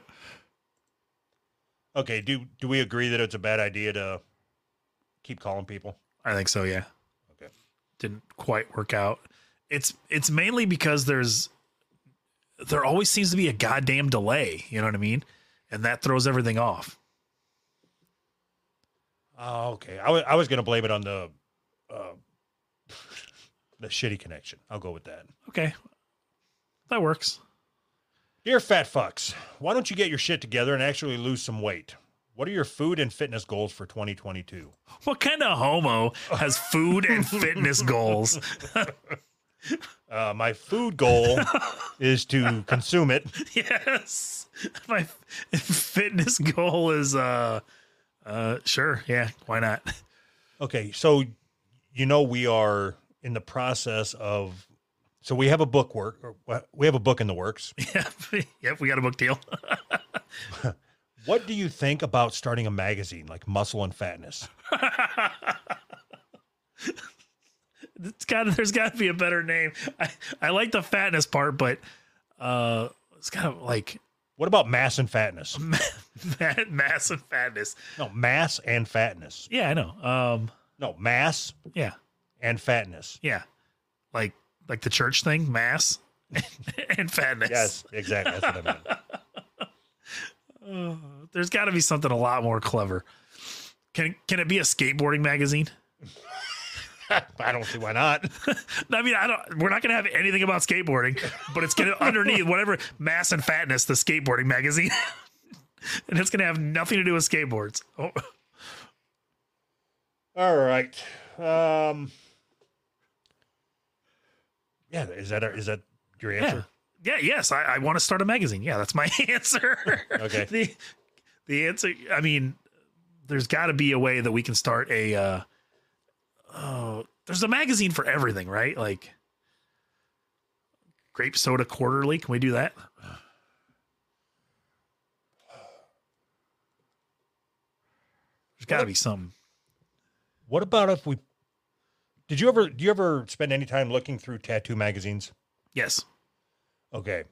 [SPEAKER 1] Okay, do do we agree that it's a bad idea to keep calling people?
[SPEAKER 2] I think so. Yeah.
[SPEAKER 1] Okay.
[SPEAKER 2] Didn't quite work out. It's it's mainly because there's there always seems to be a goddamn delay. You know what I mean? And that throws everything off.
[SPEAKER 1] Oh, okay. I wa- I was going to blame it on the uh, the shitty connection. I'll go with that.
[SPEAKER 2] Okay, that works.
[SPEAKER 1] Dear fat fucks, why don't you get your shit together and actually lose some weight? What are your food and fitness goals for 2022?
[SPEAKER 2] What kind of homo has food and fitness goals?
[SPEAKER 1] Uh, my food goal is to consume it.
[SPEAKER 2] yes my f- fitness goal is uh uh sure yeah why not
[SPEAKER 1] Okay, so you know we are in the process of so we have a book work or what- we have a book in the works.
[SPEAKER 2] yep yep we got a book deal
[SPEAKER 1] What do you think about starting a magazine like Muscle and Fatness?
[SPEAKER 2] it's got there's got to be a better name i i like the fatness part but uh it's kind of like
[SPEAKER 1] What about mass and fatness?
[SPEAKER 2] ma- ma- mass and fatness
[SPEAKER 1] No, mass and fatness.
[SPEAKER 2] yeah i know um
[SPEAKER 1] No, mass
[SPEAKER 2] yeah
[SPEAKER 1] and fatness.
[SPEAKER 2] yeah like like the church thing mass and fatness
[SPEAKER 1] Yes, exactly. That's what I meant.
[SPEAKER 2] Uh, there's got to be something a lot more clever. Can can it be a skateboarding magazine?
[SPEAKER 1] I don't see why not.
[SPEAKER 2] I mean, I don't. We're not gonna have anything about skateboarding, but it's gonna underneath whatever mass and fatness the skateboarding magazine, and it's gonna have nothing to do with skateboards. Oh,
[SPEAKER 1] All right. Um Yeah, is that a, is that your
[SPEAKER 2] yeah,
[SPEAKER 1] answer?
[SPEAKER 2] yeah, yes. I, I want to start a magazine. Yeah, that's my answer.
[SPEAKER 1] Okay.
[SPEAKER 2] The the answer. I mean, there's got to be a way that we can start a. Uh, oh, there's a magazine for everything, right? Like grape soda quarterly. Can we do that? There's got to be something.
[SPEAKER 1] What about if we? Did you ever? Do you ever spend any time looking through tattoo magazines?
[SPEAKER 2] Yes.
[SPEAKER 1] Okay.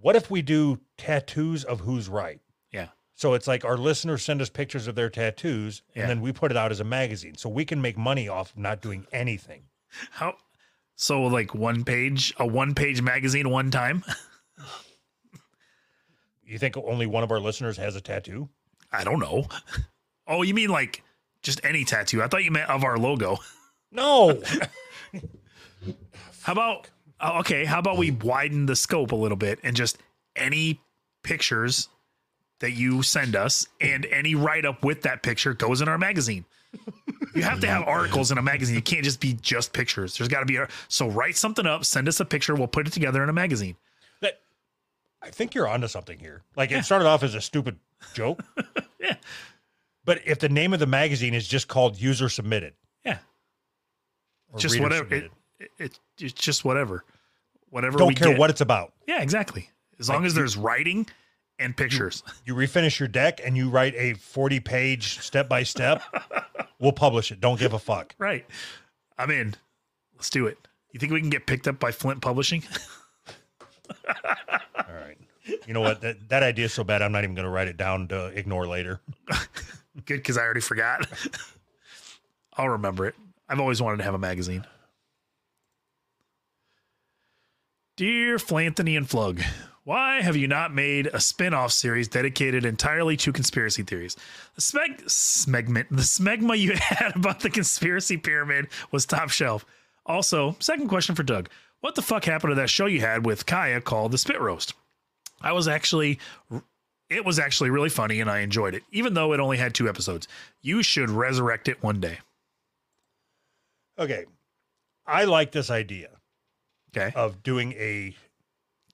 [SPEAKER 1] What if we do tattoos of who's right?
[SPEAKER 2] Yeah.
[SPEAKER 1] So it's like our listeners send us pictures of their tattoos,
[SPEAKER 2] Yeah.
[SPEAKER 1] and then we put it out as a magazine, so we can make money off not doing anything.
[SPEAKER 2] How? So like one page, a one page magazine one time.
[SPEAKER 1] You think only one of our listeners has a tattoo?
[SPEAKER 2] I don't know. Oh, you mean like just any tattoo? I thought you meant of our logo.
[SPEAKER 1] No.
[SPEAKER 2] How about oh, okay? How about we widen the scope a little bit and just any pictures that you send us and any write up with that picture goes in our magazine. You have to have articles in a magazine. You can't just be just pictures. There's got to be a, so write something up, send us a picture, we'll put it together in a magazine.
[SPEAKER 1] I think you're onto something here. Like
[SPEAKER 2] Yeah.
[SPEAKER 1] it started off as a stupid joke.
[SPEAKER 2] Yeah.
[SPEAKER 1] But if the name of the magazine is just called user submitted.
[SPEAKER 2] Yeah.
[SPEAKER 1] Or
[SPEAKER 2] just
[SPEAKER 1] reader
[SPEAKER 2] whatever. It,
[SPEAKER 1] submitted.
[SPEAKER 2] it, it, it's just whatever. Whatever.
[SPEAKER 1] Don't
[SPEAKER 2] we
[SPEAKER 1] care
[SPEAKER 2] get.
[SPEAKER 1] what it's about.
[SPEAKER 2] Yeah, exactly. As
[SPEAKER 1] Like,
[SPEAKER 2] long as
[SPEAKER 1] you-
[SPEAKER 2] there's writing and pictures.
[SPEAKER 1] You refinish your deck and you write a 40 page step by step. We'll publish it. Don't give a fuck.
[SPEAKER 2] right. I'm in. Let's do it. You think we can get picked up by Flint Publishing?
[SPEAKER 1] All right. You know what? That, that idea is so bad, I'm not even going to write it down to ignore later.
[SPEAKER 2] Good, because I already forgot. I'll remember it. I've always wanted to have a magazine. Dear Flanthony and Flug, why have you not made a spin-off series dedicated entirely to conspiracy theories? The smeg- smegment, the smegma you had about the conspiracy pyramid was top shelf. Also, second question for Doug. What the fuck happened to that show you had with Kaya called The Spit Roast? I was actually it was actually really funny and I enjoyed it, even though it only had two episodes. You should resurrect it one day.
[SPEAKER 1] Okay. I like this idea
[SPEAKER 2] Okay.
[SPEAKER 1] of doing a.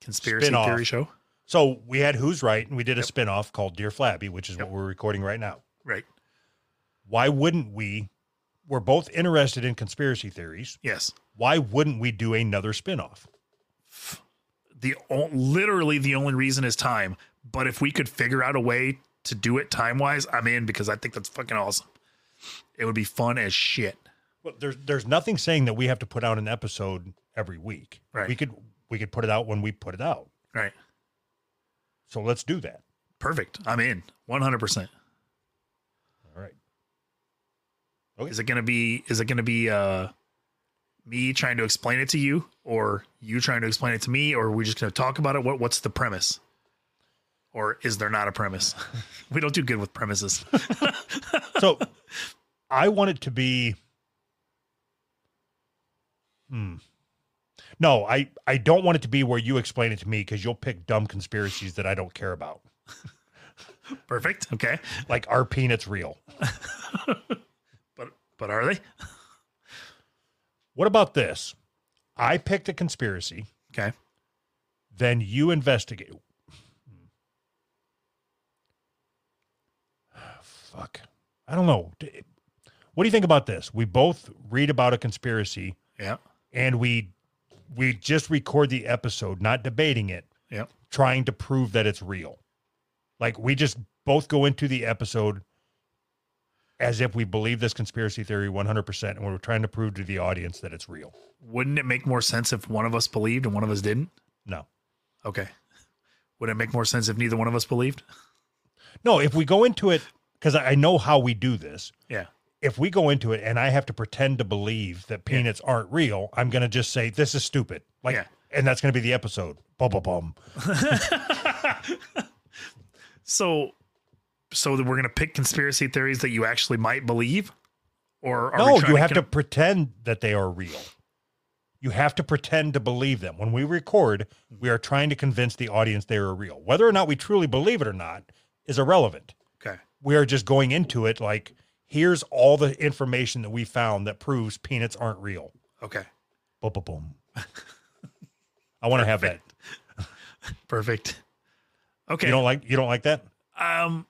[SPEAKER 2] Conspiracy
[SPEAKER 1] Uh, spin-off.
[SPEAKER 2] theory show.
[SPEAKER 1] So we had Who's Right and we did a spin off called Dear Flabby, which is
[SPEAKER 2] Yep.
[SPEAKER 1] what we're recording right now.
[SPEAKER 2] Right.
[SPEAKER 1] Why wouldn't we? We're both interested in conspiracy theories.
[SPEAKER 2] Yes.
[SPEAKER 1] why wouldn't we do another spinoff?
[SPEAKER 2] The o- literally the only reason is time, but if we could figure out a way to do it time wise, I'm in because I think that's fucking awesome. It would be fun as shit.
[SPEAKER 1] Well, there's there's nothing saying that we have to put out an episode every week.
[SPEAKER 2] Right.
[SPEAKER 1] We could we could put it out when we put it out.
[SPEAKER 2] Right.
[SPEAKER 1] So let's do that.
[SPEAKER 2] Perfect. I'm in 100%.
[SPEAKER 1] All right. Okay.
[SPEAKER 2] Is it going to be, is it going to be, uh, me trying to explain it to you or you trying to explain it to me, or are we just going to talk about it? What, what's the premise? Or is there not a premise? we don't do good with premises.
[SPEAKER 1] So I want it to be Hmm. No, I I don't want it to be where you explain it to me cuz you'll pick dumb conspiracies that I don't care about.
[SPEAKER 2] Perfect. Okay.
[SPEAKER 1] Like are peanuts real?
[SPEAKER 2] But, but are they?
[SPEAKER 1] What about this? I picked a conspiracy.
[SPEAKER 2] Okay.
[SPEAKER 1] Then you investigate. Fuck. I don't know. D- What do you think about this? We both read about a conspiracy
[SPEAKER 2] Yeah.
[SPEAKER 1] and we we just record the episode, not debating it.
[SPEAKER 2] Yeah.
[SPEAKER 1] Trying to prove that it's real. Like we just both go into the episode as if we believe this conspiracy theory 100% and we're trying to prove to the audience that it's real.
[SPEAKER 2] Wouldn't it make more sense if one of us believed and one of us didn't?
[SPEAKER 1] No.
[SPEAKER 2] Okay. Would it make more sense if neither one of us believed?
[SPEAKER 1] No, if we go into it, because I I know how we do this.
[SPEAKER 2] Yeah.
[SPEAKER 1] If we go into it and I have to pretend to believe that
[SPEAKER 2] Yeah.
[SPEAKER 1] peanuts aren't real, I'm gonna just say this is stupid. Like,
[SPEAKER 2] Yeah.
[SPEAKER 1] and that's gonna be the episode. Bum bum bum.
[SPEAKER 2] so, so that we're going to pick conspiracy theories that you actually might believe? Or are we
[SPEAKER 1] No,
[SPEAKER 2] trying
[SPEAKER 1] you have to
[SPEAKER 2] con-
[SPEAKER 1] pretend that they are real. You have to pretend to believe them. When we record, we are trying to convince the audience they are real. Whether or not we truly believe it or not is irrelevant.
[SPEAKER 2] Okay.
[SPEAKER 1] We are just going into it like, here's all the information that we found that proves peanuts aren't real.
[SPEAKER 2] Okay.
[SPEAKER 1] Boom, boom, boom. I want to have that.
[SPEAKER 2] Perfect. Okay.
[SPEAKER 1] You don't like you don't like that?
[SPEAKER 2] um,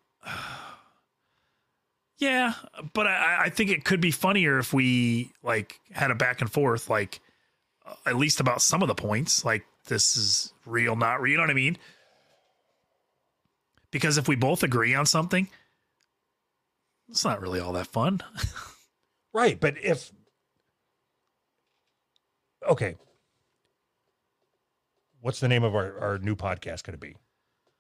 [SPEAKER 2] Yeah, but I, I think it could be funnier if we like had a back and forth, like uh, at least about some of the points. Like this is real, not real. You know what I mean? Because if we both agree on something, it's not really all that fun.
[SPEAKER 1] Right, but if okay, what's the name of our, our new podcast going to be?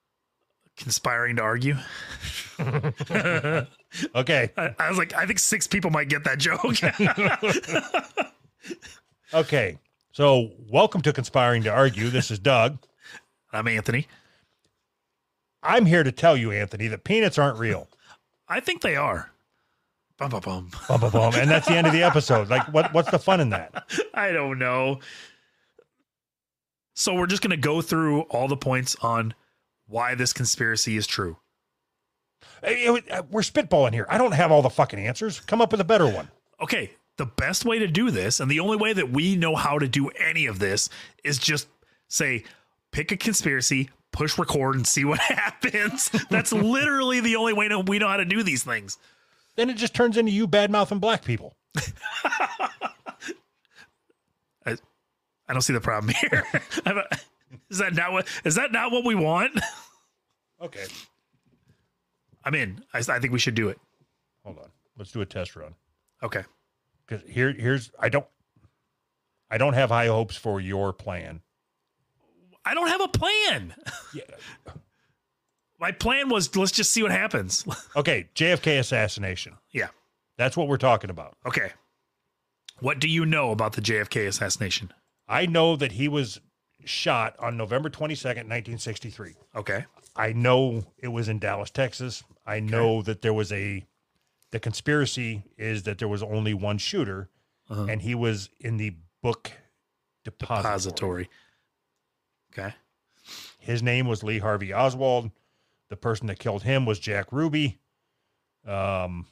[SPEAKER 2] Conspiring to argue. I,
[SPEAKER 1] Okay,
[SPEAKER 2] I was like, I think six people might get that joke.
[SPEAKER 1] okay. So welcome to conspiring to argue. This is Doug.
[SPEAKER 2] I'm Anthony.
[SPEAKER 1] I'm here to tell you, Anthony, that peanuts aren't real.
[SPEAKER 2] I think they are. Bum, bum, bum.
[SPEAKER 1] Bum, bum, bum. And that's the end of the episode. Like, what? What's the fun in that?
[SPEAKER 2] I don't know. So we're just going to go through all the points on why this conspiracy is true.
[SPEAKER 1] It was- we're spitballing here. I don't have all the fucking answers. Come up with a better one.
[SPEAKER 2] Okay, the best way to do this and the only way that we know how to do any of this is just say pick a conspiracy, push record and see what happens. That's literally the only way that we know how to do these things.
[SPEAKER 1] Then it just turns into you bad mouthing black people.
[SPEAKER 2] I don't see the problem here. I don't- is that not what is that not what we want?
[SPEAKER 1] Okay,
[SPEAKER 2] I'm in. I, I think we should do it.
[SPEAKER 1] hold on. Let's do a test run.
[SPEAKER 2] Okay.
[SPEAKER 1] because here here's I don't I don't have high hopes for your plan.
[SPEAKER 2] I don't have a plan.
[SPEAKER 1] Yeah.
[SPEAKER 2] My plan was let's just see what happens.
[SPEAKER 1] Okay, JFK assassination.
[SPEAKER 2] Yeah.
[SPEAKER 1] That's what we're talking about.
[SPEAKER 2] okay. What do you know about the JFK assassination?
[SPEAKER 1] I know that he was shot on November 22nd, 1963.
[SPEAKER 2] Okay.
[SPEAKER 1] I know it was in Dallas, Texas. I know that there was a the conspiracy is that there was only one shooter
[SPEAKER 2] Uh-huh.
[SPEAKER 1] and he was in the book depository.
[SPEAKER 2] Depository. Okay.
[SPEAKER 1] His name was Lee Harvey Oswald. The person that killed him was Jack Ruby. Um,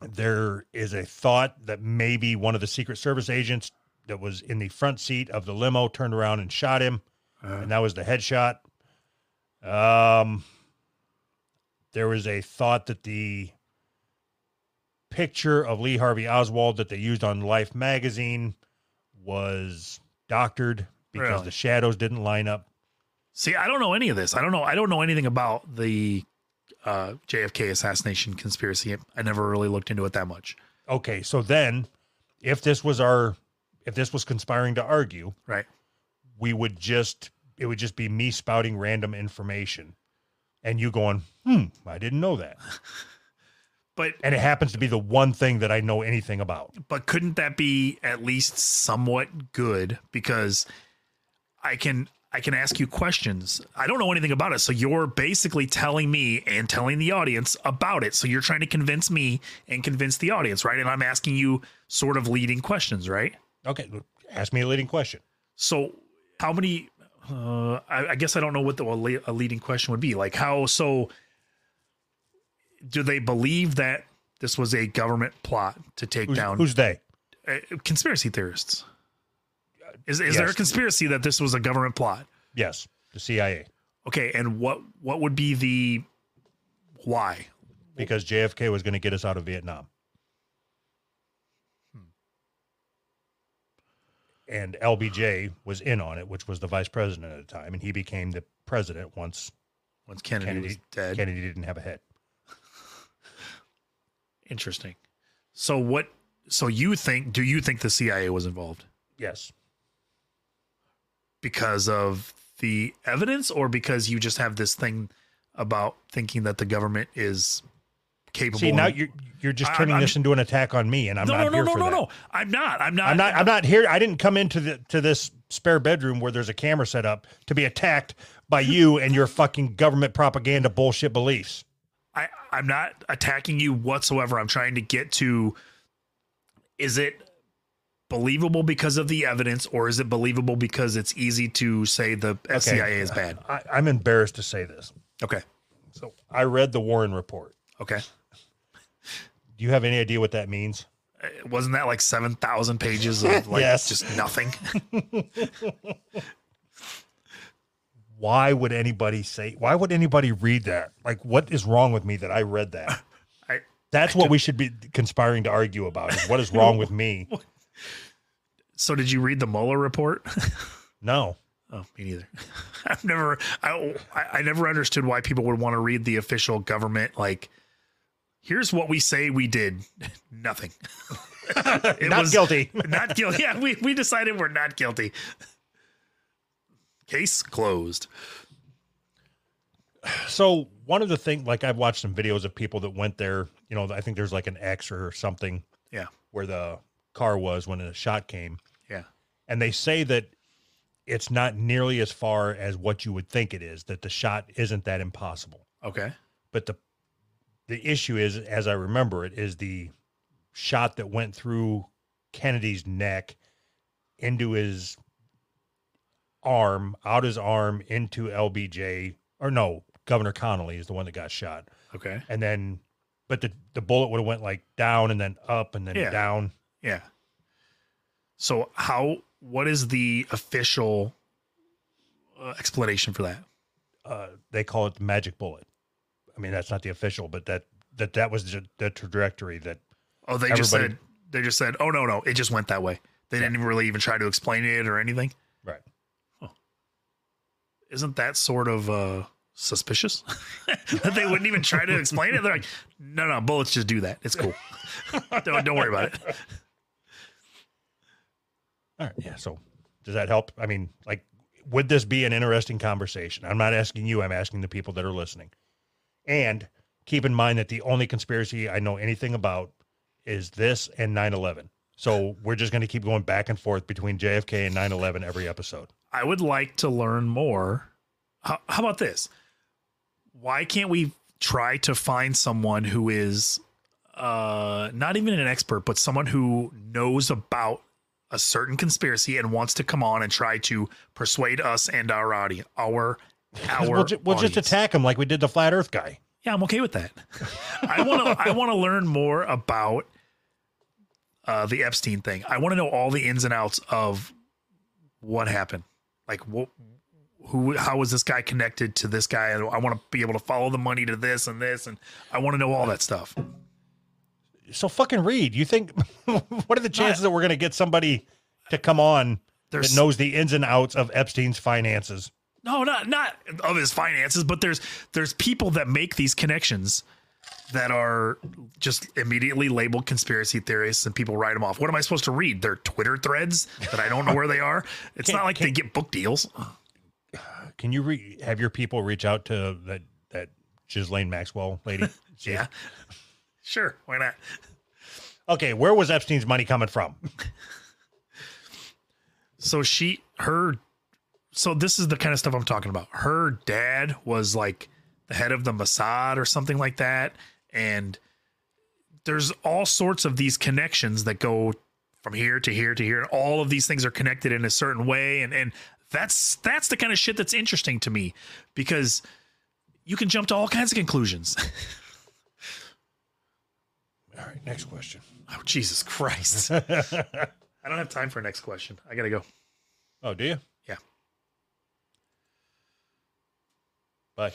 [SPEAKER 1] there is a thought that maybe one of the Secret Service agents that was in the front seat of the limo turned around and shot him,
[SPEAKER 2] Uh,
[SPEAKER 1] and that was the headshot. Um, there was a thought that the picture of Lee Harvey Oswald that they used on Life magazine was doctored because
[SPEAKER 2] Really?
[SPEAKER 1] the shadows didn't line up.
[SPEAKER 2] see, I don't know any of this. I don't know. I don't know anything about the uh, JFK assassination conspiracy. I never really looked into it that much.
[SPEAKER 1] okay, so then if this was our if this was conspiring to argue,
[SPEAKER 2] Right.
[SPEAKER 1] we would just it would just be me spouting random information and you going, "Hmm, I didn't know that."
[SPEAKER 2] But
[SPEAKER 1] And it happens to be the one thing that I know anything about.
[SPEAKER 2] but couldn't that be at least somewhat good because i can i can ask you questions i don't know anything about it so you're basically telling me and telling the audience about it so you're trying to convince me and convince the audience right and i'm asking you sort of leading questions right
[SPEAKER 1] Okay, ask me a leading question.
[SPEAKER 2] so how many uh i, I guess i don't know what the a le- a leading question would be like how so do they believe that this was a government plot to take
[SPEAKER 1] Who's,
[SPEAKER 2] down
[SPEAKER 1] who's they?
[SPEAKER 2] uh, conspiracy theorists. Is, is there a
[SPEAKER 1] yes.
[SPEAKER 2] conspiracy that this was a government plot?
[SPEAKER 1] Yes, the CIA.
[SPEAKER 2] Okay, and what what would be the why?
[SPEAKER 1] Because JFK was going to get us out of Vietnam.
[SPEAKER 2] Hmm.
[SPEAKER 1] And LBJ was in on it, which was the vice president at the time, and he became the president once
[SPEAKER 2] Once Kennedy, was
[SPEAKER 1] Kennedy-
[SPEAKER 2] dead.
[SPEAKER 1] Kennedy didn't have a head.
[SPEAKER 2] Interesting. So what? So you think? Do you think the CIA was involved
[SPEAKER 1] Yes.
[SPEAKER 2] because of the evidence, or because you just have this thing about thinking that the government is capable?
[SPEAKER 1] See, now
[SPEAKER 2] and-
[SPEAKER 1] you're you're just
[SPEAKER 2] I-
[SPEAKER 1] turning
[SPEAKER 2] I'm
[SPEAKER 1] this
[SPEAKER 2] just-
[SPEAKER 1] into an attack on me, and I'm
[SPEAKER 2] no,
[SPEAKER 1] not
[SPEAKER 2] no, no,
[SPEAKER 1] here
[SPEAKER 2] no,
[SPEAKER 1] for
[SPEAKER 2] no,
[SPEAKER 1] that.
[SPEAKER 2] no. I'm not. I'm not.
[SPEAKER 1] I'm not. I'm not here. I didn't come into the to this spare bedroom where there's a camera set up to be attacked by you and your fucking government propaganda bullshit beliefs.
[SPEAKER 2] I, I'm not attacking you whatsoever. I'm trying to get to is it believable because of the evidence or is it believable because it's easy to say the CIA is bad?
[SPEAKER 1] I, I'm embarrassed to say this.
[SPEAKER 2] Okay.
[SPEAKER 1] So I read the Warren report.
[SPEAKER 2] Okay.
[SPEAKER 1] Do you have any idea what that means?
[SPEAKER 2] Uh, Wasn't that like 7,000 pages of like
[SPEAKER 1] Yes.
[SPEAKER 2] just nothing?
[SPEAKER 1] Why would anybody say? Why would anybody read that? Like, what is wrong with me that I read that?
[SPEAKER 2] I-
[SPEAKER 1] That's what we should be conspiring to argue about. is What is wrong with me?
[SPEAKER 2] So did you read the Mueller report?
[SPEAKER 1] No.
[SPEAKER 2] oh, me neither. I've never, I, I- I never understood why people would want to read the official government. Like, here's what we say we did. Nothing. It
[SPEAKER 1] Not
[SPEAKER 2] was-
[SPEAKER 1] guilty.
[SPEAKER 2] not guilty. Yeah, we, we decided we're not guilty. Case closed.
[SPEAKER 1] So one of the things, like I've watched some videos of people that went there. You know, I think there's like an X or something.
[SPEAKER 2] Yeah.
[SPEAKER 1] Where the car was when the shot came.
[SPEAKER 2] Yeah.
[SPEAKER 1] And they say that it's not nearly as far as what you would think it is. That the shot isn't that impossible.
[SPEAKER 2] Okay.
[SPEAKER 1] But the the issue is, as I remember it, is the shot that went through Kennedy's neck into his arm, out his arm into LBJ, or no, Governor Connolly is the one that got shot,
[SPEAKER 2] Okay.
[SPEAKER 1] and then, but the the bullet would have went like down and then up and then
[SPEAKER 2] Yeah.
[SPEAKER 1] down.
[SPEAKER 2] Yeah. So how? What is the official uh, explanation for that?
[SPEAKER 1] Uh, they call it the magic bullet. I mean, that's not the official, but that that that was the, the trajectory that
[SPEAKER 2] Oh, they just
[SPEAKER 1] Everybody-
[SPEAKER 2] said they just said, oh no no, it just went that way. They didn't really even try to explain it or anything.
[SPEAKER 1] Right.
[SPEAKER 2] Huh. Isn't that sort of uh, suspicious that they wouldn't even try to explain it? They're like, no no, bullets just do that. It's cool. don't don't worry about it.
[SPEAKER 1] All right. Yeah. So does that help? I mean, like, would this be an interesting conversation? I'm not asking you, I'm asking the people that are listening. And keep in mind that the only conspiracy I know anything about is this and 9 11. So we're just going to keep going back and forth between JFK and 9 11 every episode.
[SPEAKER 2] I would like to learn more. How, how about this? Why can't we try to find someone who is uh, not even an expert, but someone who knows about a certain conspiracy and wants to come on and try to persuade us and our audience, our
[SPEAKER 1] 'Cause
[SPEAKER 2] our
[SPEAKER 1] We'll, ju- we'll just
[SPEAKER 2] audience.
[SPEAKER 1] attack him like we did the flat earth guy.
[SPEAKER 2] Yeah, I'm okay with that. I want to. I want to learn more about uh, the Epstein thing. I want to know all the ins and outs of what happened. Like, what, who, how was this guy connected to this guy? I want to be able to follow the money to this and this, and I want to know all that stuff.
[SPEAKER 1] So fucking read. You think, what are the chances that we're going to get somebody to come on
[SPEAKER 2] There's
[SPEAKER 1] that knows the ins and outs of Epstein's finances?
[SPEAKER 2] no, not not of his finances, but there's there's people that make these connections that are just immediately labeled conspiracy theorists and people write them off. What am I supposed to read? Their Twitter threads that I don't know where they are. It's
[SPEAKER 1] Can't-
[SPEAKER 2] not like they get book deals.
[SPEAKER 1] Can you re- have your people reach out to that that Ghislaine Maxwell lady? See if-
[SPEAKER 2] Yeah. Sure, why not?
[SPEAKER 1] Okay, where was Epstein's money coming from?
[SPEAKER 2] So she her so this is the kind of stuff I'm talking about. Her dad was like the head of the Mossad or something like that and there's all sorts of these connections that go from here to here to here and all of these things are connected in a certain way and and that's that's the kind of shit that's interesting to me because you can jump to all kinds of conclusions.
[SPEAKER 1] All right, next question.
[SPEAKER 2] oh Jesus Christ.
[SPEAKER 1] oh,
[SPEAKER 2] I don't have time for next question. I got to go.
[SPEAKER 1] do you?
[SPEAKER 2] Yeah.
[SPEAKER 1] Bye.